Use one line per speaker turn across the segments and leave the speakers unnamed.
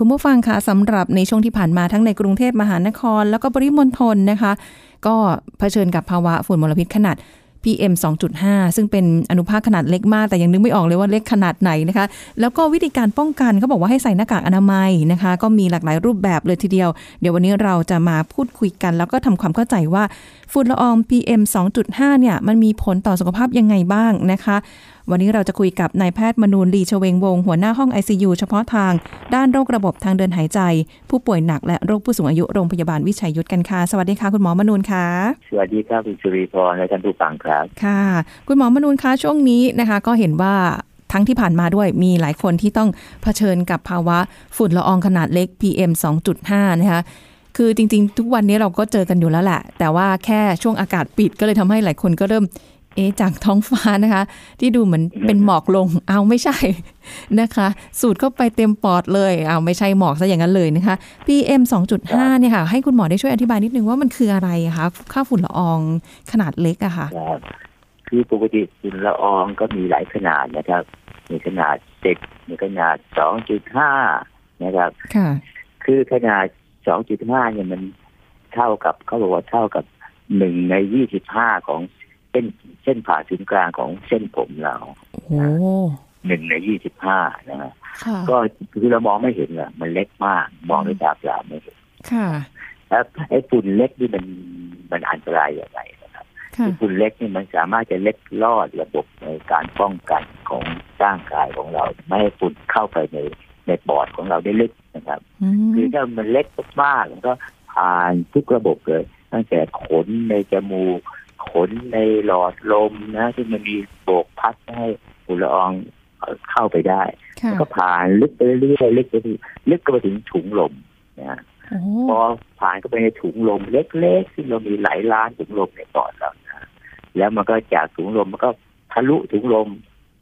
คุณผู้ฟังคะสำหรับในช่วงที่ผ่านมาทั้งในกรุงเทพมหานคร แล้วก็ปริมณฑลนะคะ ก็เผชิญกับภาวะฝุ่นมลพิษขนาด PM 2.5 ซึ่งเป็นอนุภาคขนาดเล็กมาก แต่ยังนึกไม่ออกเลยว่าเล็กขนาดไหนนะคะ แล้วก็วิธีการป้องกันเขาบอกว่าให้ใส่หน้ากากอนามัยนะคะ ก็มีหลากหลายรูปแบบเลยทีเดียว เดี๋ยววันนี้เราจะมาพูดคุยกัน แล้วก็ทำความเข้าใจว่าฝุ่นละออง PM 2.5 เนี่ยมันมีผลต่อสุขภาพยังไงบ้างนะคะ วันนี้เราจะคุยกับนายแพทย์มนูนลีชเวงวงศ์หัวหน้าห้อง ICU เฉพาะทาง ด้านโรคระบบทางเดินหายใจ ผู้ป่วยหนักและโรคผู้สูงอายุโรงพยาบาลวิชัยยุทธกันค่ะ สวัสดีค่ะ คุณหมอมนูนค่ะ
สวัสดีครับคุณสุริพรและท่านผู้ฟังครับ
ค่ะ คุณหมอมนูนคะช่วงนี้นะคะ ก็เห็นว่าทั้งที่ผ่านมาด้วยมีหลายคนที่ต้องเผชิญกับภาวะฝุ่นละอองขนาดเล็ก PM 2.5 นะคะ คือจริงๆ ทุกวันนี้เราก็เจอกันอยู่แล้วแหละ แต่ว่าแค่ช่วงอากาศปิดก็เลยทำให้หลายคนก็เริ่ม เอ๊ะจากท้องฟ้านะคะ ที่ดูเหมือนเป็นหมอกลง เอาไม่ใช่ นะคะ สูดเข้าไปเต็มปอดเลย เอาไม่ใช่หมอกซะอย่างนั้นเลยนะคะ PM 2.5 เนี่ยค่ะ ให้คุณหมอได้ช่วยอธิบายนิดนึงว่ามันคืออะไรอะคะค่าฝุ่นละอองขนาดเล็กอะค่ะ
ครับ คือปกติฝุ่นละอองก็มีหลายขนาดนะครับ มีขนาดเจ็ดมีขนาดสองจุดห้านะครับ
ค่ะ
คือขนาดสองจุดห้าเนี่ยมันเท่ากับเขาบอกว่าเท่ากับหนึ่งในยี่สิบห้าของเส้นเส้นผ่าศูนย์กลางของเส้นผมเรา
โอ้โห
หนึ่งในยี่สิบห้านะฮะ
ค่ะ
ก็คือเรามองไม่เห็นอะมันเล็กมาก มองด้วยตาเปล่าไม่เห็น
ค่ะ
แล้วไอ้ฝุ่นเล็กนี่มันมันอันตรายอย่างไรนะครับ
ค่ะ
ฝุ่นเล็กนี่มันสามารถจะเล็กลอดระบบในการป้องกันของร่างกายของเรา ไม่ให้ฝุ่นเข้าไปในในปอดของเราได้ลึกนะครับ
อืม
คือถ้ามันเล็กมากๆมันก็ผ่านทุกระบบเลย ตั้งแต่ขนในจมูก ขนในหลอดลมนะที่มันมีโบกพัดให้ฝุ่นละอองเอ่อเข้าไปได้
ค่ะ
แล้วก็ผ่านลึกไปเรื่อยๆลึกไปถึงลึกก็ไปถึงถุงลมนะฮะ
โอ้
พอผ่านเข้าไปในถุงลมเล็กๆซึ่งเรามีหลายล้านถุงลมในปอดเรานะแล้วมันก็จากถุงลมมันก็ทะลุถุงลม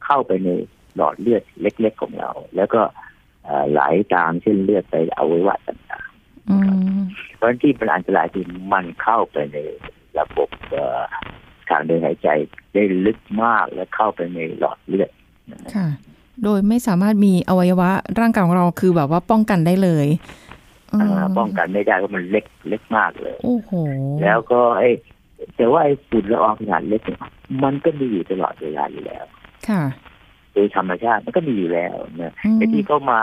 เข้าไปในหลอดเลือดเล็ก ๆ ของเรา แล้วก็เอ่อไหลตามเส้นเลือดไปอวัยวะต่าง
อืม
ๆเพราะฉะนั้นที่เป็นอันตรายคือมันเข้าไปในระบบเอ่อทางเดินหายใจได้ลึกมากและเข้าไปในหลอดเลือด
ค่ะ โดยไม่สามารถมีอวัยวะร่างกายของเราคือแบบว่าป้องกันได้เลย
อ่า
า
ป้องกันไม่ได้เพราะมันเล็กเล็กมากเลย
โอ้โห
แล้วก็ไอ้แต่ว่าไอ้ฝุ่นละอองขนาดเล็กเนี่ยมันก็มีอยู่ตลอดเวลาอยู่แล้ว
ค่ะ
โดยธรรมชาติมันก็มีอยู่แล้วนะ
อืม
แต่ที่เขามา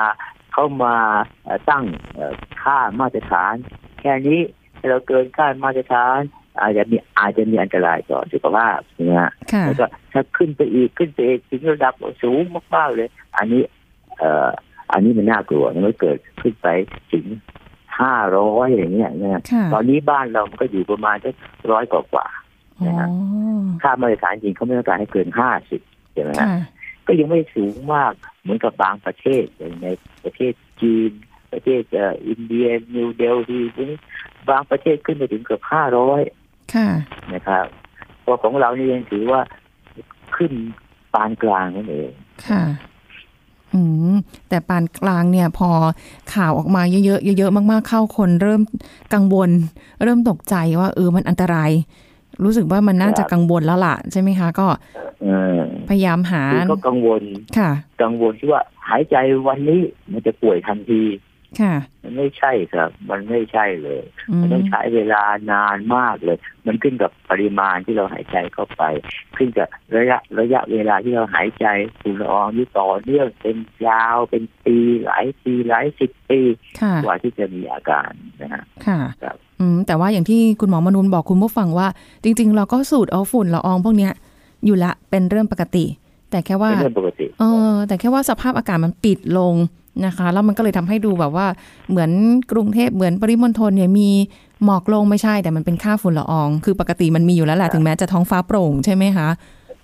เขามาเอ่อตั้งเอ่อค่ามาตรฐาน แค่นี้ถ้าเราเกินค่ามาตรฐาน อาจจะมีอาจจะมีอันตรายต่อสุขภาพนะฮะ
ค่ะ
แล้วก็ถ้าขึ้นไปอีกขึ้นไปอีกถึงระดับสูงมากๆเลย อันนี้ เอ่ออันนี้มันน่ากลัวนะมันเกิดขึ้นไปถึงห้าร้อยอย่างเงี้ยนะฮะ
ค่ะ
ตอนนี้บ้านเรามันก็อยู่ประมาณสักร้อยกว่า
อ๋อ
ๆค่ามาตรฐานจริงเขาไม่ต้องการให้เกินห้าสิบใช่ไหมฮะ
ค่ะ
ก็ยังไม่สูงมากเหมือนกับบางประเทศอย่างในประเทศจีน ประเทศเอ่ออินเดียนิวเดลีพวกนี้บางประเทศขึ้นไปถึงเกือบห้าร้อย
ค่ะ
นะครับพอของเรานี่ยังถือว่าขึ้นปานกลางนั่นเอง
ค่ะ อืม แต่ปานกลางเนี่ยพอข่าวออกมาเยอะๆ เยอะๆ มากๆ เข้าคนเริ่มกังวล เริ่มตกใจว่าเออ มันอันตราย รู้สึกว่ามันน่าจะกังวลแล้วล่ะ ใช่ไหมคะ ก็
เออ
พยายามหา
คือก็กังวล
ค่ะ
กังวลที่ว่าหายใจวันนี้มันจะป่วยทันที
ค่ะ
มันไม่ใช่ครับ มันไม่ใช่เลย
อืม
มันต้องใช้เวลานานมากเลย มันขึ้นกับปริมาณที่เราหายใจเข้าไป ขึ้นกับระยะระยะเวลาที่เราหายใจฝุ่นละอองที่ต่อเนื่องเป็นยาวเป็นปีหลายปีหลายสิบปี
ค่ะ
กว่าที่จะมีอาการนะฮะ
ค่ะ
ครับ
อืมแต่ว่าอย่างที่คุณหมอมนูนบอกคุณผู้ฟังว่า จริง ๆ เราก็สูดเอาฝุ่นละอองพวกเนี้ยอยู่ละเป็นเรื่องปกติ แต่แค่ว่า
เป็นเรื่องปกติ
เออแต่แค่ว่าสภาพอากาศมันปิดลงนะคะ แล้วมันก็เลยทำให้ดูแบบว่าเหมือนกรุงเทพเหมือนปริมณฑลเนี่ยมีหมอกลงไม่ใช่ แต่มันเป็นค่าฝุ่นละออง คือปกติมันมีอยู่แล้วแหละถึงแม้จะท้องฟ้าโปร่งใช่ไหมคะ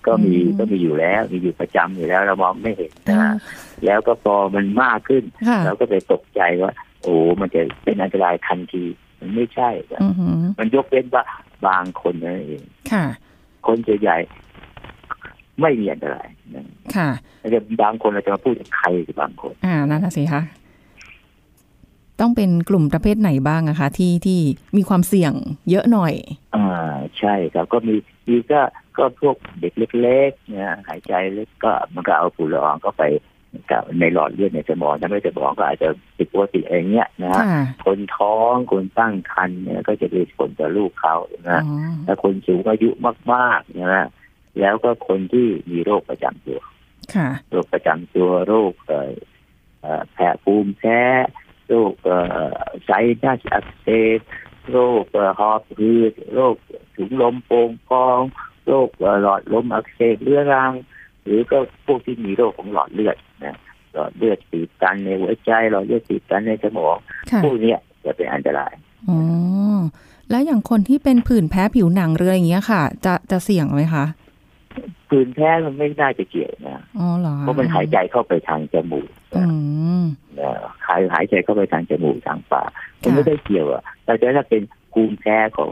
ก็มีก็มีอยู่แล้วมีอยู่ประจำอยู่แล้วเรามองไม่เห็นนะฮะแล้วก็พอมันมากขึ้น
ค่ะ
เราก็ไปตกใจว่า โอ้ มันจะเป็นอันตรายทันที มันไม่ใช่ครับ
อือหือ
มันยกเว้นว่าบางคนนั่นเอง
ค่ะ
คนส่วนใหญ่ไม่มีอันตรายนะ
ค่ะ
แต่บางคนเราจะมาพูดถึงใครหรือบางคน
อ่านั่นน่ะสิคะต้องเป็นกลุ่มประเภทไหนบ้างอะคะ ที่ที่มีความเสี่ยงเยอะหน่อย
อ่าใช่ครับก็มีมีก็ก็พวกเด็กเล็กๆเนี่ยหายใจเล็กก็มันก็เอาฝุ่นละอองก็ไป กับในหลอดเลือดในสมองทำให้สมองก็อาจจะผิดปกติอะไรเงี้ยนะฮะ
ค่ะ
คนท้องคนตั้งครรภ์เนี่ยก็จะมีผลต่อลูกเขา
อ๋
นะฮะ
อ
และคนสูงอายุมากๆนะฮะแล้วก็คนที่มีโรคประจำตัว
ค่ะ
โรคประจำตัวโรคเอ่อเอ่อแพ้ภูมิแพ้โรคเอ่อไซนัสอักเสบโรคเอ่อหอบหืดโรคถุงลมโป่งพอง โรคเอ่อหลอดลมอักเสบเรื้อรัง หรือก็พวกที่มีโรคของหลอดเลือดนะหลอดเลือดตีบตันในหัวใจหลอดเลือดตีบตันในสมอง
ค่ะ
พวกเนี้ยจะเป็นอันตราย
อ๋อแล้วอย่างคนที่เป็นผื่นแพ้ผิวหนังหรืออะไรอย่างเงี้ยค่ะ จะจะเสี่ยงไหมคะ
คืนแพ้มันไม่น่าจะเกี่ยวนะ
อ๋อเหรอ
เพราะมันหายใจเข้าไปทางจมูก
อืม
นะหายหายใจเข้าไปทางจมูกทางปาก มัน
ค่ะ
ไม่ได้เกี่ยวอะแต่ถ้าเป็นภูมิแพ้ของ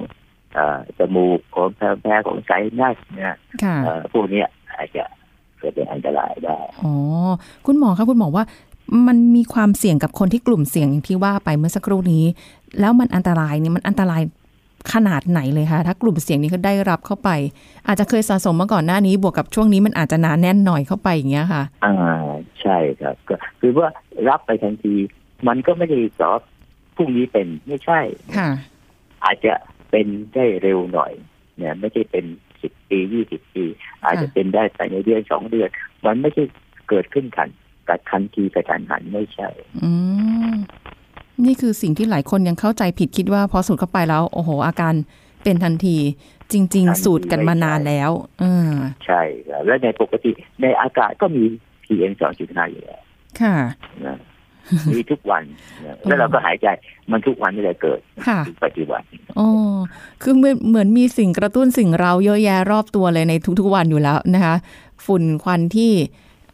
เอ่อจมูกของแพ้แพ้ของไซนัสเนี่ย
ค่ะ
เอ่อพวกเนี้ยอาจจะเกิดเป็นอันตรายได้
อ๋อคุณหมอคะคุณหมอว่า มันมีความเสี่ยงกับคนที่กลุ่มเสี่ยงอย่างที่ว่าไปเมื่อสักครู่นี้ แล้วมันอันตรายเนี่ยมันอันตรายขนาดไหนเลยคะถ้ากลุ่มเสี่ยงนี้ก็ได้รับเข้าไป อาจจะเคยสะสมมาก่อนหน้านี้บวกกับช่วงนี้มันอาจจะหนาแน่นหน่อยเข้าไปอย่างเงี้ยค่ะ
อ่าใช่ครับ ก็คือว่ารับไปทันที มันก็ไม่ได้สอบพรุ่งนี้เป็นไม่ใช่
ค่ะ
อาจจะเป็นได้เร็วหน่อยเนี่ยไม่ใช่เป็นสิบปียี่สิบปี อาจจะเป็นได้ภายในเดือนสองเดือน มันไม่ใช่เกิดขึ้นทันกัดทันทีกระทันหันไม่ใช่
อืมนี่คือสิ่งที่หลายคนยังเข้าใจผิดคิดว่าพอสูดเข้าไปแล้ว โอ้โห อาการเป็นทันที จริง
ทันที
ๆ สูตรกันมานานแล้วเออ
ใช่ครับและในปกติในอากาศก็มี PM 2.5อยู่แล้ว
ค่ะ
นะมีทุกวันนะแล้วเราก็หายใจมันทุกวันที่เราเกิด
ค่ะ
ถึงปัจจุบัน
อ๋อคือเหมือนเหมือนมีสิ่งกระตุ้นสิ่งเราเยอะแยะรอบตัวเลยในทุกๆวันอยู่แล้วนะคะ ฝุ่นควันที่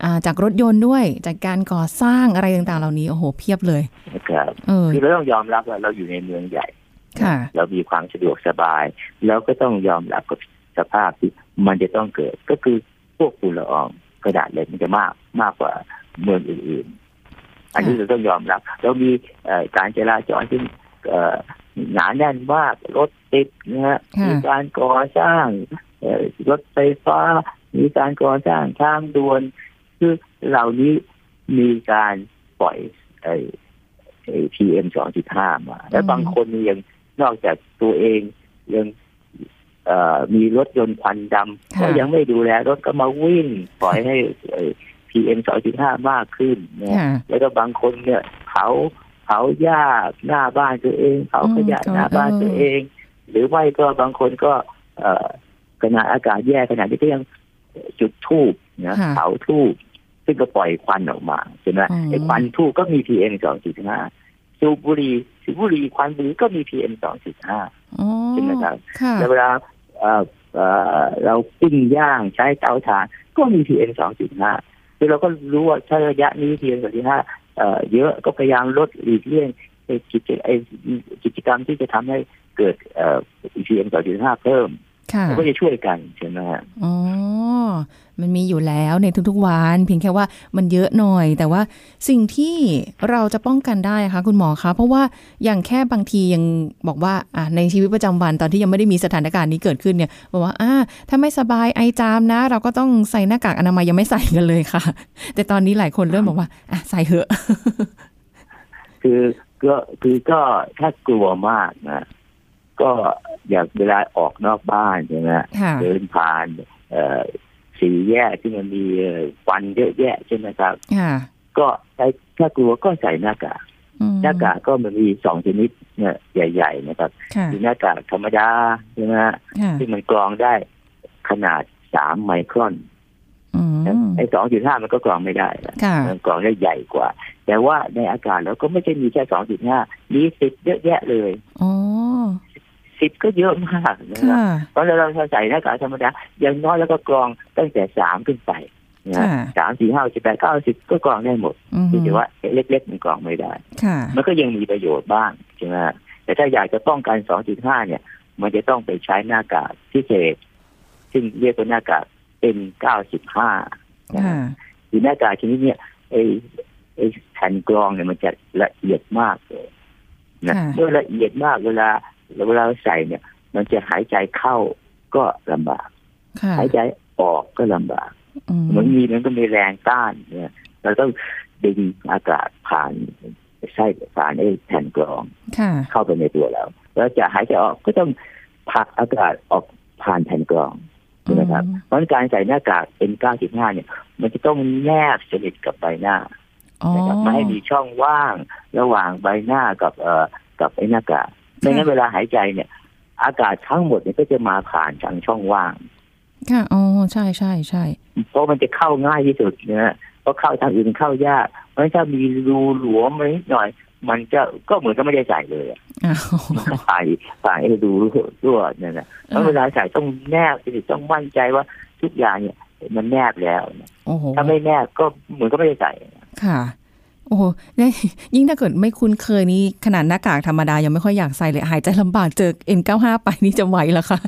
อ่าจากรถยนต์ด้วย จากการก่อสร้างอะไรต่างๆ เหล่านี้โอ้โหเพียบเลย
นะครับ
เออ
คือเราต้องยอมรับว่าเราอยู่ในเมืองใหญ่
ค่ะ
เรามีความสะดวกสบาย แล้วก็ต้องยอมรับกับสภาพที่มันจะต้องเกิด ก็คือพวกฝุ่นละอองกระดาษเหล็กมันจะมากมากกว่าเมืองอื่นๆ อันนี้เราต้องยอมรับ เรามีเอ่อการจราจรที่เอ่อหนาแน่นมากรถติดนะฮะ
ค่ะ
มีการก่อสร้างเอ่อรถไฟฟ้า มีการก่อสร้างทางด่วน คือเหล่านี้มีการปล่อยไอ้ไอ้ PM สองจุดห้ามา และ
อืม
บางคนนี่ยังนอกจากตัวเองยังเอ่อมีรถยนต์ควันดำก็ยังไม่ดูแลรถก็มาวิ่ง ปล่อยให้ไอ้ PM สองจุดห้ามากขึ้นนะ
ค่ะ
แล้วก็บางคนเนี่ยเผาเผาหญ้าหน้าบ้านตัวเองเผาขยะ
อืม
หน้าบ้าน
เออ
ตัวเอง หรือไม่ก็บางคนก็ เอ่อขณะอากาศแย่ขณะที่ก็ยังจุดทูบนะ
ค่ะ
เผาทูบซึ่งก็ปล่อยควันออกมาใช่ไหม
อืม
ไอ้ควันทูบก็มี PM สองจุดห้าสูบบุหรี่สูบบุหรี่ควันบุหรี่ก็มี PM สองจุดห้า
อ๋อ
ใช่ไหมครับ
ค่ะ
แล้วเวลาเอ่อเอ่อเราปิ้งย่างใช้เตาถ่านก็มี PM สองจุดห้าคือเราก็รู้ว่าถ้าระยะนี้ PM สองจุดห้าเยอะก็พยายามลดหลีกเลี่ยงไอ้กิจไอ้กิจกรรมที่จะทำให้เกิดเอ่อ PM สองจุดห้าเพิ่ม
ค่ะ
มันก็จะช่วยกันใช่ไหมฮะ
อ๋อ มันมีอยู่แล้วในทุกๆวัน เพียงแค่ว่ามันเยอะหน่อย แต่ว่าสิ่งที่เราจะป้องกันได้ค่ะคุณหมอคะเพราะว่าอย่างแค่บางทียังบอกว่าอ่ะในชีวิตประจำวันตอนที่ยังไม่ได้มีสถานการณ์นี้เกิดขึ้นเนี่ยบอกว่าอ่าถ้าไม่สบายไอจามนะ เราก็ต้องใส่หน้ากากอนามัยยังไม่ใส่กันเลยค่ะ แต่ตอนนี้หลายคนเริ่มบอกว่าอ่ะใส่เหอะ
คือก็คือก็ถ้ากลัวมากนะก็อยากเวลาออกนอกบ้านใช่ไหมฮะ
ค่ะ
เดินผ่าน เอ่อสีแยกที่มันมีเอ่อควันเยอะแยะใช่ไหมครับ
ค่ะ
ก็ใช้ถ้ากลัวก็ใส่หน้ากาก
อืม
หน้ากากก็มันมีสองชนิดเนี่ยใหญ่ ๆ นะครับ
ค่ะ
มีหน้ากากธรรมดาใช่ไหมฮะ
ค่ะ
ที่มันกรองได้ขนาดสามไมครอน
อืม
ไอ้สองจุดห้ามันก็กรองไม่ได้นะ
ค่ะ
มันกรองได้ใหญ่กว่า แต่ว่าในอากาศแล้วก็ไม่ใช่มีแค่สองจุดห้ามีสิบเยอะแยะเลย
อ๋อ
สิบก็เยอะมากนะครับ
ค่ะ
เพราะเราเราใส่หน้ากากธรรมดาอย่างน้อยแล้วก็กรองตั้งแต่สามขึ้นไปนะฮะ
ค่ะ
สามสี่ห้าสิบแปดเก้าสิบก็กรองได้หมด
อืม
เพียงแต่ว่าเล็กๆมันกรองไม่ได้
ค่ะ
มันก็ยังมีประโยชน์บ้างใช่ไหมฮะแต่ถ้าอยากจะป้องกันสองจุดห้าเนี่ย มันจะต้องไปใช้หน้ากากพิเศษ ซึ่งเรียกว่าหน้ากากเป็นเก้าสิบห้า
ค่ะ
คือหน้ากากชนิดเนี้ยไอ้ไอ้แผ่นกรองเนี่ยมันจะละเอียดมากเลยนะ
ค่ะ
เมื่อละเอียดมากเวลาเวลาเราใส่เนี่ย มันจะหายใจเข้าก็ลำบาก
ค่ะ
หายใจออกก็ลำบาก
อื
เหมันมีมันก็มีแรงต้านเนี่ย เราต้องดึงอากาศผ่านไส้สารไอ้แผ่นกรอง
ค่ะ
เข้าไปในตัวแล้ว แล้วจะหายใจออกก็ต้องผลักอากาศออกผ่านแผ่นกรองใช่ไหมครับ เพราะฉะนั้นการใส่หน้ากาก N95 เนี่ย มันจะต้องแนบสนิทกับใบหน้า
อ๋อ
นะครับไม่ให้มีช่องว่างระหว่างใบหน้ากับเอ่อกับไอ้หน้ากากไม่งั้นเวลาหายใจเนี่ย อากาศทั้งหมดเนี่ยก็จะมาผ่านทางช่องว่าง
ค่ะ อ๋อ ใช่ใช่ใช่
เพราะมันจะเข้าง่ายที่สุดนะฮะเพราะเข้าทางอื่นเข้ายาก เพราะฉะนั้นถ้ามีรูหลวมไว้นิดหน่อย มันจะก็เหมือนก็ไม่ได้ใส่เลย อะ
อ้าว
ใส่ใส่ให้ดูรั่วเนี่ยนะเพราะเวลาใส่ต้องแนบสิต้องมั่นใจว่าทุกอย่างเนี่ย มันแนบแล้วนะ
โอ้โห
ถ้าไม่แนบก็เหมือนก็ไม่ได้ใส่
ค่ะ โอ้โหเนี่ย ยิ่งถ้าเกิดไม่คุ้นเคยนี่ขนาดหน้ากากธรรมดายังไม่ค่อยอยากใส่เลย หายใจลำบากเจอ N95 ไปนี่จะไหวเหรอคะ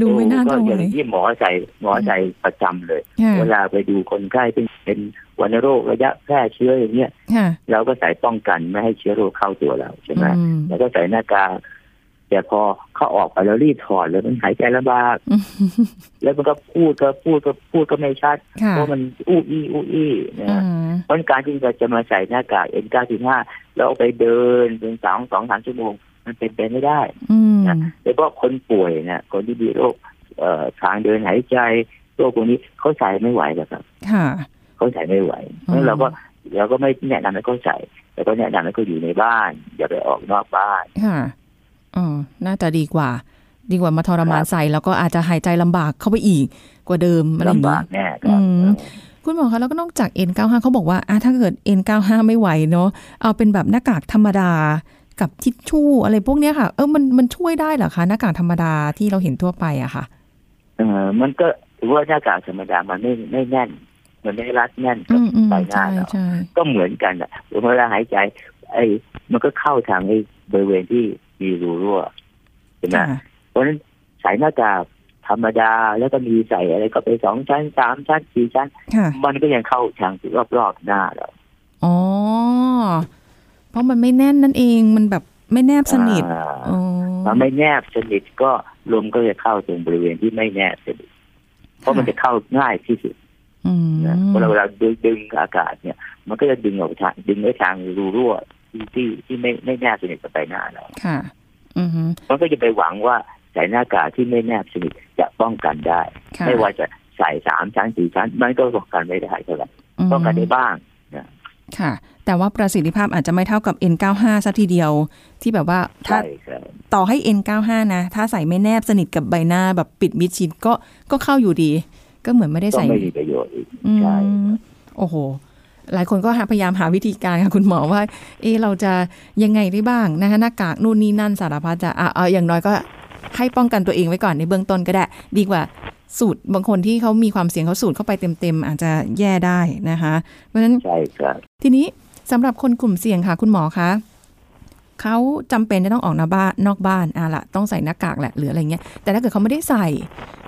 ดูไม่น่าจะ
ก็
ไหว
อย่างที่หมอใส่หมอใส่ประจำเลย
ค่ะ
เวลาไปดูคนไข้เป็นเป็นวัณโรคระยะแพร่เชื้ออย่างเงี้ย
ค่ะ
เราก็ใส่ป้องกันไม่ให้เชื้อโรคเข้าตัวเราใช่ไหม
อืม
แล้วก็ใส่หน้ากากแต่พอเขาออกไปแล้วรีบถอดเลยมันหายใจลำบากแล้วมันก็พูดก็พูดก็พูดก็ไม่ชัด
ค่ะ
เพราะมันอู้อี้อู้อี้นะ
อื
ฮะ
ม
เพราะการที่เราจะมาใส่หน้ากาก N95 แล้วเอาไปเดินเป็นสองสองสามชั่วโมง มันเป็นไปไม่ได้
อืม
โดยเฉพาะคนป่วยเนะคนที่มีโรคเอ่อทางเดินหายใจโรคพวกนี้เขาใส่ไม่ไหวหรอกครับ
ค่ะ
เขาใส่ไม่ไหวเพราะฉะนั้นเราก็เราก็ไม่แนะนำให้เขาใส่เราก็แนะนำให้เขาอยู่ในบ้าน อย่าไปออกนอกบ้าน
ค่ะอ๋อน่าจะดีกว่า ดีกว่ามาทรมาน
ครับ
ใส่แล้วก็อาจจะหายใจลำบากเข้าไปอีกกว่าเดิมอะไรอย่า
ลำ
ง
บา
นี้
กแน่ครับ
อืม คุณหมอคะแล้วก็นอกจาก N95 เขาบอกว่าอ่ะถ้าเกิด N95 ไม่ไหวเนาะเอาเป็นแบบหน้ากากธรรมดากับทิชชู่อะไรพวกเนี้ยค่ะ เออมันมันช่วยได้เหรอคะหน้ากากธรรมดาที่เราเห็นทั่วไปอะค่ะ
เออมันก็ถือว่าหน้ากากธรรมดามันไม่ไม่แน่น มันไม่รัดแน่นกั
อื
บ
มอืม
ใบหน้า
ใช่
เรา
ใช่
ก็เหมือนกันอ่ะเวลาหายใจ ไอ้มันก็เข้าทางไอ้บริเวณที่มีรูรั่วใช่ไหม
ค่ะ
เพราะฉะนั้นใส่หน้ากากธรรมดาแล้วก็มีใส่อะไรก็ไปสองชั้นสามชั้นสี่ชั้น
ค่ะ
มันก็ยังเข้าทางรอบๆหน้าเรา
อ๋อเพราะมันไม่แน่นนั่นเองมันแบบไม่แนบสนิท
อ่า
อ๋อ
มันไม่แนบสนิทก็ลมก็จะเข้าตรงบริเวณที่ไม่แนบสนิทเพราะมันจะเข้าง่ายที่สุด
อืม
นะเพราะเราเวลาดึงดึงอากาศเนี่ย มันก็จะดึงออกทางดึงไอ้ทางรูรั่วที่ที่ที่ไม่ไม่แนบสนิทกับใบหน้าเรา
ค่ะ อืม
มันก็จะไปหวังว่าใส่หน้ากากที่ไม่แนบสนิทจะป้องกันได้
ค่ะ
ไม่ว่าจะใส่สามชั้นสี่ชั้น มันก็ป้องกันไม่ได้เท่าไหร่ป้องกันได้
ม
บ้าง
ค่ะ แต่ว่าประสิทธิภาพอาจจะไม่เท่ากับ N95 ซะทีเดียว ที่แบบว่าถ้า
ใช่ครับ
ต่อให้ N95 นะ ถ้าใส่ไม่แนบสนิทกับใบหน้าแบบปิดมิดชิดก็ก็เข้าอยู่ดี ก็เหมือนไม่ได้
ก็
ใส่
ไม่มีประโยชน์อีก
อืม
ใช่
โอ้โห หลายคนก็หาพยายามหาวิธีการค่ะคุณหมอว่า เอะเราจะยังไงได้บ้างนะคะหน้ากากนู่นนี่นั่นสารพัดจะอ่ะเอาอย่างน้อยก็ให้ป้องกันตัวเองไว้ก่อนในเบื้องต้นก็ได้ ดีกว่าสูตรบางคนที่เขามีความเสี่ยงเขาสูดเข้าไปเต็มๆอาจจะแย่ได้นะคะ เพราะฉะนั้น
ใช่ครับ
ทีนี้สำหรับคนกลุ่มเสี่ยงค่ะคุณหมอคะเขาจำเป็นจะต้องออกนอกบ้านนอกบ้านอ่ะละต้องใส่หน้ากากแหละหรืออะไรเงี้ยแต่ถ้าเกิดเขาไม่ได้ใส่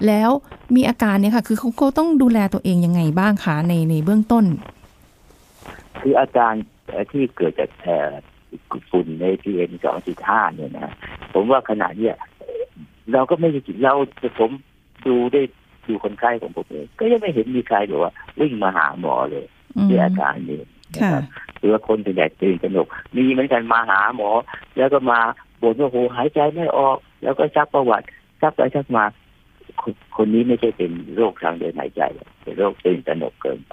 แล้วมีอาการเนี่ยค่ะ คือเขาเขาต้องดูแลตัวเองยังไงบ้างคะในในเบื้องต้น
คืออาการเอ่อที่เกิดจากเอ่อฝุ่นใน PM สองจุดห้าเนี่ยนะผมว่าขณะเนี้ยเราก็ไม่ได้กินเราผมดูได้ดูคนไข้ของผมเองก็ยังไม่เห็นมีใครแบบว่าวิ่งมาหาหมอเลย
อืม
ด้วยอาการนี้นะ
ค่ะ
ครับ หรือว่าคนส่วนใหญ่ตื่นตระหนกมีเหมือนกันมาหาหมอ แล้วก็มาบ่นว่าโหหายใจไม่ออก แล้วก็ซักประวัติซักไปซักมาคนคนนี้ไม่ใช่เป็นโรคทางเดินหายใจหรอกเป็นโรคตื่นตระหนกเกิน ไป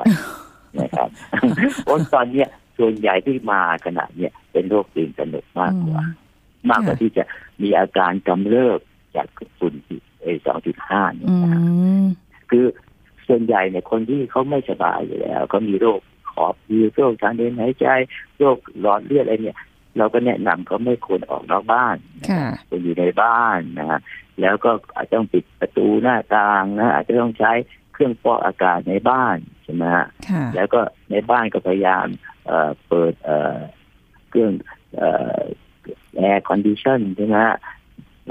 นะครับ เพราะตอนเนี้ยส่วนใหญ่ที่มาขนาดเนี้ยเป็นโรคตื่นตระหนกมากกว่า มากกว่าที่จะมีอาการกำเริบจากฝุ่นเอสองจุดห้าเนี่ย
อื
นะฮะ
ม
คือส่วนใหญ่เนี่ยคนที่เขาไม่สบายอยู่แล้วเขามีโรคขอบมีโรคทางเดินหายใจ โรคหลอดเลือดอะไรเนี่ย เราก็แนะนำเขาไม่ควรออกนอกบ้าน
ค่ะ
ควรอยู่ในบ้านนะฮะแล้วก็อาจจะต้องปิดประตูหน้าต่างนะอาจจะต้องใช้เครื่องฟอกอากาศในบ้านใช่ไหมฮะ
ค่ะ
แล้วก็ในบ้านก็พยายามเอ่อเปิดเอ่อเครื่องเอ่อแอร์คอนดิชันใช่ไหมฮะ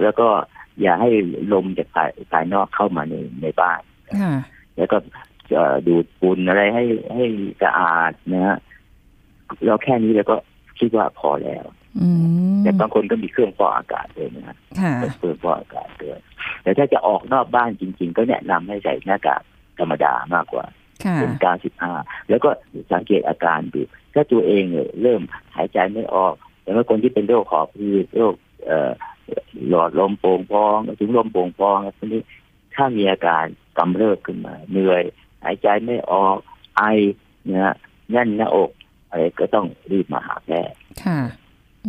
แล้วก็อย่าให้ลมจากภายภายนอกเข้ามาในในบ้าน
ค่ะ
แล้วก็เอ่อดูดฝุ่นอะไรให้ให้สะอาดนะฮะเราแค่นี้แล้วก็คิดว่าพอแล้ว
อืม
แต่บางคนก็มีเครื่องฟอกอากาศด้วยนะฮะ
ค่ะ
เครื่องฟอกอากาศด้วยแต่ถ้าจะออกนอกบ้านจริง ๆ ก็แนะนำให้ใส่หน้ากากธรรมดามากกว่า
ค่ะ
เป็นการสิบห้าแล้วก็สังเกตอาการดูถ้าตัวเองเนี่ยเริ่มหายใจไม่ออกแล้วก็คนที่เป็นโรคหอบหืดโรคเอ่อหลอดลมโป่งพองถึงลมโป่งพองแล้วทีนี้ถ้ามีอาการกำเริบขึ้นมา เหนื่อย หายใจไม่ออกไอเนี่ยแน่นหน้าอกอะไรก็ต้องรีบมาหาแพทย์
ค่ะ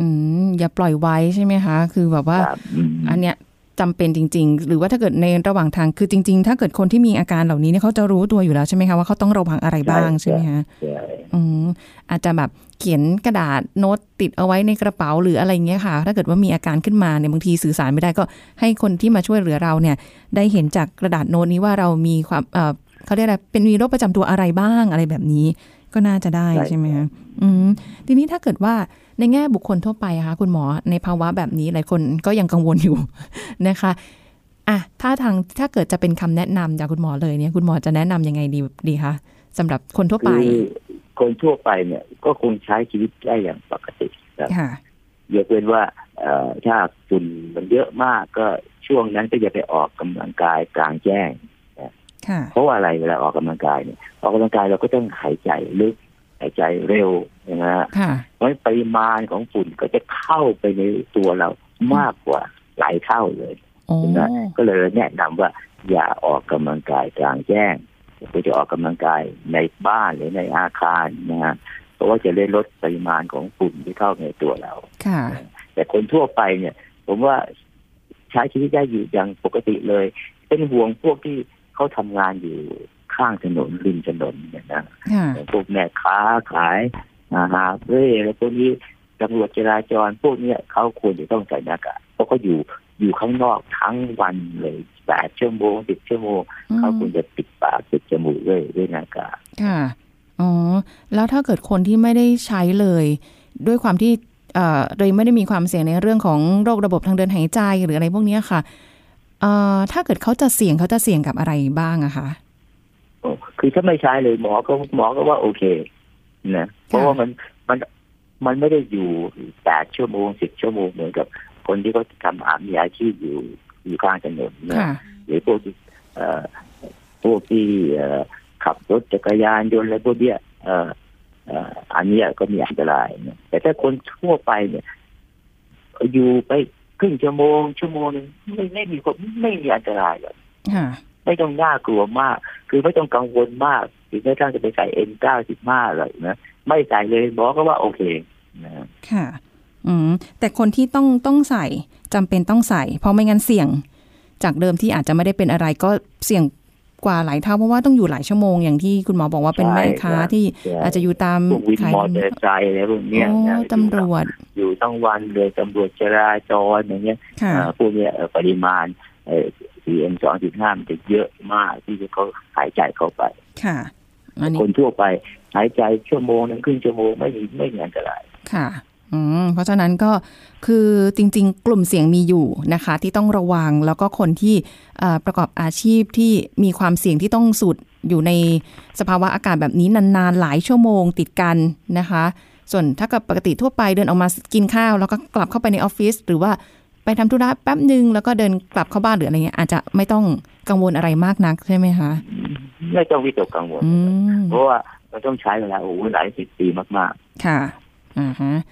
อืม อย่าปล่อยไว้ใช่ไหมคะ คือแบบว่า
ครับอืม
อันเนี้ยจำเป็นจริง ๆ หรือว่าถ้าเกิดในระหว่างทางคือจริง ๆ ถ้าเกิดคนที่มีอาการเหล่านี้เนี่ยเขาจะรู้ตัวอยู่แล้วใช่ไหมคะว่าเขาต้องระวังอะไรบ้าง
ใช่
ใช่ไหมคะ
ใช่
อืมอาจจะแบบเขียนกระดาษโน้ตติดเอาไว้ในกระเป๋าหรืออะไรเงี้ยค่ะ ถ้าเกิดว่ามีอาการขึ้นมาเนี่ยบางทีสื่อสารไม่ได้ก็ให้คนที่มาช่วยเหลือเราเนี่ย ได้เห็นจากกระดาษโน้ตนี้ว่าเรามีความเอ่อเขาเรียกอะไรเป็นมีโรคประจำตัวอะไรบ้างอะไรแบบนี้ ก็น่าจะได้ใช่ไหมคะอืม ทีนี้ถ้าเกิดว่าในแง่บุคคลทั่วไปอะคะคุณหมอในภาวะแบบนี้หลายคนก็ยังกังวลอยู่ นะคะอ่ะถ้าทางถ้าเกิดจะเป็นคำแนะนำจากคุณหมอเลยเนี่ย คุณหมอจะแนะนำยังไงดีดีคะสำหรับคนทั่วไป
คือคนทั่วไปเนี่ย ก็คงใช้ชีวิตได้อย่างปกติครับ
ค่ะ
ยกเว้นว่าเอ่อถ้าฝุ่นมันเยอะมากก็ช่วงนั้นก็อย่าไปออกกำลังกายกลางแจ้ง
ค่ะ
เพราะว่าอะไรเวลาออกกำลังกายเนี่ยออกกำลังกายเราก็ต้องหายใจลึกหายใจเร็วนะฮะ
ค่ะ
เพราะฉะนั้นปริมาณของฝุ่นก็จะเข้าไปในตัวเรามากกว่าหลายเท่าเลย
โอ้
เห็นไหม ก็เลยแนะนำว่าอย่าออกกำลังกายกลางแจ้งควรจะออกกำลังกายในบ้านหรือในอาคารนะฮะเพราะว่าจะได้ลดปริมาณของฝุ่นที่เข้าในตัวเรา
ค่ะ
แต่คนทั่วไปเนี่ย ผมว่าใช้ชีวิตได้อยู่อย่างปกติเลย เป็นห่วงพวกที่เขาทำงานอยู่ข้างถนนริมถนนเนี่ยนะ
ค่ะ
พวกแม่ค้าขายอาหารเร่อะไรพวกนี้ตำรวจจราจรพวกเนี้ยเขาควรจะต้องใส่หน้ากากเพราะเขาอยู่อยู่ข้างนอกทั้งวันเลยแปดชั่วโมงสิบชั่วโมงเขาควรจะปิดปากปิดจมูกด้วยด้วยหน้ากาก
ค่ะ อ๋อ แล้วถ้าเกิดคนที่ไม่ได้ใช้เลย ด้วยความที่เอ่อเลยไม่ได้มีความเสี่ยงในเรื่องของโรคระบบทางเดินหายใจหรืออะไรพวกเนี้ยค่ะเอ่อถ้าเกิดเขาจะเสี่ยงเขาจะเสี่ยงกับอะไรบ้างอะคะ
โอ้คือถ้าไม่ใช้เลยหมอก็หมอก็ว่าโอเคนะเพราะว่ามันมันมันไม่ได้อยู่แปดชั่วโมงสิบชั่วโมงเหมือนกับคนที่เขาทำอามีอาชีพอยู่อยู่ข้างถนนนะ
ค่ะ
หรือพวกที่เอ่อพวกที่เอ่อขับรถจักรยานยนต์อะไรพวกเนี้ยเอ่อเอ่ออันเนี้ยก็มีอันตรายนะแต่ถ้าคนทั่วไปเนี่ยอยู่ไปครึ่งชั่วโมง ชั่วโมงหนึงไม่ไม่มีความไม่มีอันตรายหรอก
ค่ะ
ไม่ต้องน่ากลัวมาก คือไม่ต้องกังวลมากถึงแม้ท่านจะไปใส่ N95 อะไรนะ ไม่ใส่เลยหมอก็ว่าโอเคนะ
ค่ะ อืม แต่คนที่ต้องต้องใส่จำเป็นต้องใส่ เพราะไม่งั้นเสี่ยง จากเดิมที่อาจจะไม่ได้เป็นอะไรก็เสี่ยงกว่าหลายเท่าเพราะว่าต้องอยู่หลายชั่วโมงอย่างที่คุณหมอบอกว่าเป็น
ใช่
แม่ค้า
ครับ
ที่
ใช่
อาจจะอยู่ตาม
พวกวิน
ขาย
มอเตอร์ไซค์อะไรพวกเนี้ย
โอ้
นะ
ตำรวจ
อยู่ทั้งวันเลยตำรวจจราจรอย่างเงี้ย
ค่ะ
อ่าพวกเนี้ยเอ่อปริมาณเอ่อ PM2.5 มันจะเยอะมากที่จะเขาหายใจเข้าไป
ค่ะ อันนี้
คนทั่วไปหายใจชั่วโมงนึงครึ่งชั่วโมงไม่มีไม่มีอันตราย
ค่ะอืมเพราะฉะนั้นก็คือจริง ๆ กลุ่มเสี่ยงมีอยู่นะคะ ที่ต้องระวังแล้วก็คนที่เอ่อประกอบอาชีพที่มีความเสี่ยงที่ต้องสูดอยู่ในสภาวะอากาศแบบนี้นานๆ หลายชั่วโมงติดกันนะคะ ส่วนถ้าเกิดปกติทั่วไปเดินออกมากินข้าว แล้วก็กลับเข้าไปในออฟฟิศหรือว่าไปทำธุระแป๊บหนึ่งแล้วก็เดินกลับเข้าบ้านหรืออะไรเงี้ยอาจจะไม่ต้องกังวลอะไรมากนักใช่ไหมคะ
ไม่ต้องวิตกกังวล
อืม
เพราะว่ามันต้องใช้เวลาโอ้โหหลายสิบปีมากๆ
ค่ะ อ่าฮะ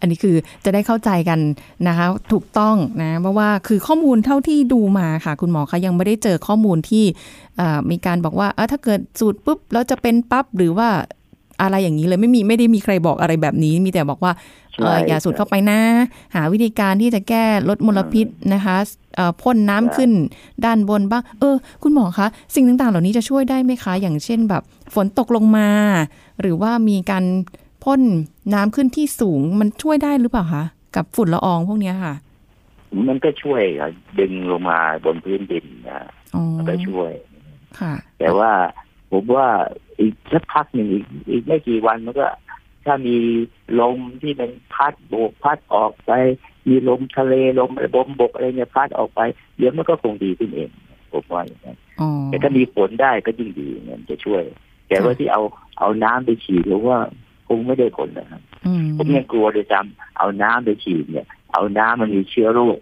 อันนี้คือจะได้เข้าใจกันนะคะ ถูกต้องนะเพราะว่าคือข้อมูลเท่าที่ดูมาค่ะ คุณหมอคะยังไม่ได้เจอข้อมูลที่เอ่อมีการบอกว่าเอ้อถ้าเกิดสูตรปุ๊บแล้วจะเป็นปั๊บหรือว่าอะไรอย่างนี้เลยไม่มีไม่ได้มีใครบอกอะไรแบบนี้ มีแต่บอกว่าเอ่อ
ใช่
อย่าสูดเข้าไปนะ หาวิธีการที่จะแก้ลดมลพิษนะคะเอ่อพ่นน้ำ
ใช่
ขึ้นด้านบนบ้างเออ คุณหมอคะสิ่งต่างๆ เหล่านี้จะช่วยได้ไหมคะ อย่างเช่นแบบฝนตกลงมา หรือว่ามีการพ่นน้ำขึ้นที่สูงมันช่วยได้หรือเปล่าคะกับฝุ่นละอองพวกเนี้ยค่ะ
มันก็ช่วยดึงลงมาบนพื้นดินนะ
อ๋อ
มันก็ช่วย
ค่ะ
แต่ว่าผมว่าอีกสักพักหนึ่งอีกอีกไม่กี่วันมันก็ ถ้ามีลมที่มันพัดโบกพัดออกไป มีลมทะเลลมลมบกอะไรเนี่ยพัดออกไปเดี๋ยวมันก็คงดีขึ้นเองผมว่าอย่างนั้น
อ๋อ
แต่ถ้ามีฝนได้ก็ยิ่งดีเนี่ยมันจะช่วย แต่ว่าที่เอาเอาน้ำไปฉีดผมว่าคงไม่ได้ผลนะครับ
อืม
ผมยังกลัวเลยจำเอาน้ำไปฉีดเนี่ย เอาน้ำมันมีเชื้อโรค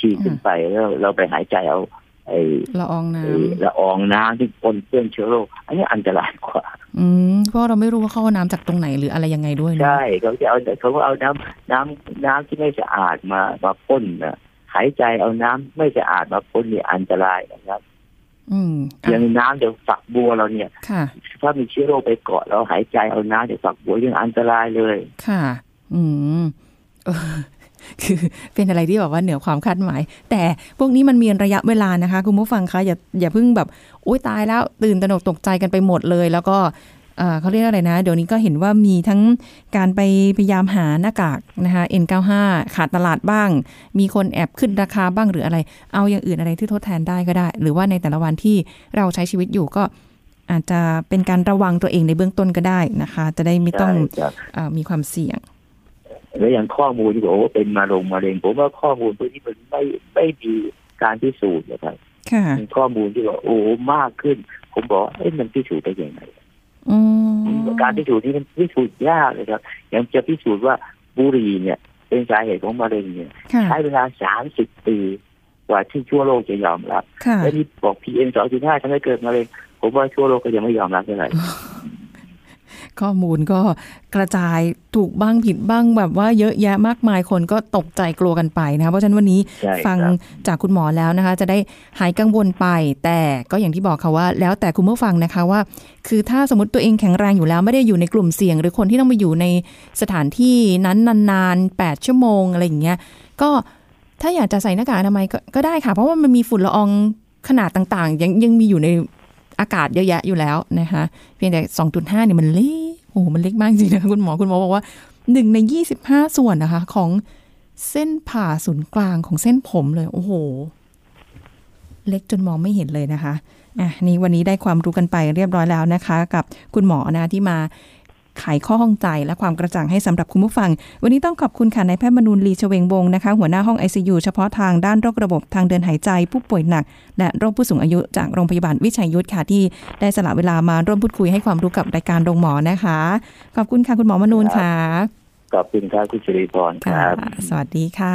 ฉีดขึ้นไปแล้วเราไปหายใจเอา ไอ้
ละอองน้
ไอ้ละอองน้ำที่ปนเปื้อนเชื้อโรคอันนี้อันตรายกว่า
ำอืมเพราะเราไม่รู้ว่าเขาเอาน้ำจากตรงไหนหรืออะไรยังไงด้วยเนอะ
ใช่เขาจะเอาเขาก็เอาน้ำน้ำน้ำที่ไม่สะอาดมามาพ่นนะหายใจเอาน้ำไม่สะอาดมาพ่นเนี่ยอันตรายนะครับ
อืม
อ
อ่ะ
ย่างน้ำจากฝักบัวเราเนี่ย
ค่ะ
ถ้ามีเชื้อโรคไปเกาะเราหายใจเอาน้ำจากฝักบัวยังอันตรายเลย
ค่ะ อืม เออคือเป็นอะไรที่แบบว่าเหนือความคาดหมาย แต่พวกนี้มันมีระยะเวลานะคะ คุณผู้ฟังคะอย่าอย่าเพิ่งแบบโอ๊ยตายแล้วตื่นตระหนกตกใจกันไปหมดเลย แล้วก็เอ่อเขาเรียกอะไรนะ เดี๋ยวนี้ก็เห็นว่ามีทั้งการไปพยายามหาหน้ากากนะคะ N95 ขาดตลาดบ้าง มีคนแอบขึ้นราคาบ้างหรืออะไร เอาอย่างอื่นอะไรที่ทดแทนได้ก็ได้ หรือว่าในแต่ละวันที่เราใช้ชีวิตอยู่ก็ อาจจะเป็นการระวังตัวเองในเบื้องต้นก็ได้นะคะ จะได้ไม่ต้อง
ใช่ครับ
เอ่อมีความเสี่ยง
แล้วอย่างข้อมูลที่บอกว่าเป็นมาลงมาเร็งผมว่าข้อมูลพวกนี้มันไม่ไม่มีการพิสูจน์นะครับ
ค่ะ
มีข้อมูลที่ว่าโอ้มากขึ้น ผมบอกเอ้ยมันพิสูจน์ได้ยังไง
อื
การพิสูจน์นี่มันพิสูจน์ยากเลยครับยังจะพิสูจน์ว่าบุหรี่เนี่ย เป็นสาเหตุของมะเร็งเนี่ย
ค่ะ
ใช้เวลาสามสิบปีกว่าที่ทั่วโลกจะยอมรับ
ค่ะ
แล้วนี่บอกพีเอ็มสองจุดห้าทำให้เกิดมะเร็งผมว่าทั่วโลกก็ยังไม่ยอมรับเท่าไหร่
ข้อมูลก็กระจายถูกบ้างผิดบ้างแบบว่าเยอะแยะมากมายคนก็ตกใจกลัวกันไปนะคะเพราะฉะนั้นวันนี้
ใช่ครับ
ฟังจากคุณหมอแล้วนะคะ จะได้หายกังวลไป แต่ก็อย่างที่บอกค่ะว่า แล้วแต่คุณผู้ฟังนะคะว่า คือถ้าสมมติตัวเองแข็งแรงอยู่แล้วไม่ได้อยู่ในกลุ่มเสี่ยง หรือคนที่ต้องไปอยู่ในสถานที่นั้นนานๆ 8 ชั่วโมงอะไรอย่างเงี้ยก็ถ้าอยากจะใส่หน้ากากอนามัยก็ก็ได้ค่ะ เพราะว่ามันมีฝุ่นละอองขนาดต่างๆ ยังยังมีอยู่ในอากาศเยอะแยะอยู่แล้วนะคะ เพียงแต่ 2.5เนี่ยมันเล็ก โอ้โห มันเล็กมากจริงๆนะคะคุณหมอ คุณหมอบอกว่า 1 ใน 25 ส่วนนะคะ ของเส้นผ่าศูนย์กลางของเส้นผมเลย โอ้โห เล็กจนมองไม่เห็นเลยนะคะ อ่ะ นี่วันนี้ได้ความรู้กันไปเรียบร้อยแล้วนะคะ กับคุณหมอนะที่มาไขข้อข้องใจและความกระจ่างให้สำหรับคุณผู้ฟัง วันนี้ต้องขอบคุณค่ะนายแพทย์มนูลลีชเวงวงศ์นะคะ หัวหน้าห้อง ICU เฉพาะทางด้านโรคระบบทางเดินหายใจ ผู้ป่วยหนัก และโรคผู้สูงอายุจากโรงพยาบาลวิชัยยุทธค่ะที่ ได้สละเวลามาร่วมพูดคุยให้ความรู้กับรายการโรงหมอนะคะ ขอบคุณค่ะ คุณหมอมนูนค่ะ
ขอบคุณครับคุณสิริพรค
ค่ะ
รับ
สวัสดีค่ะ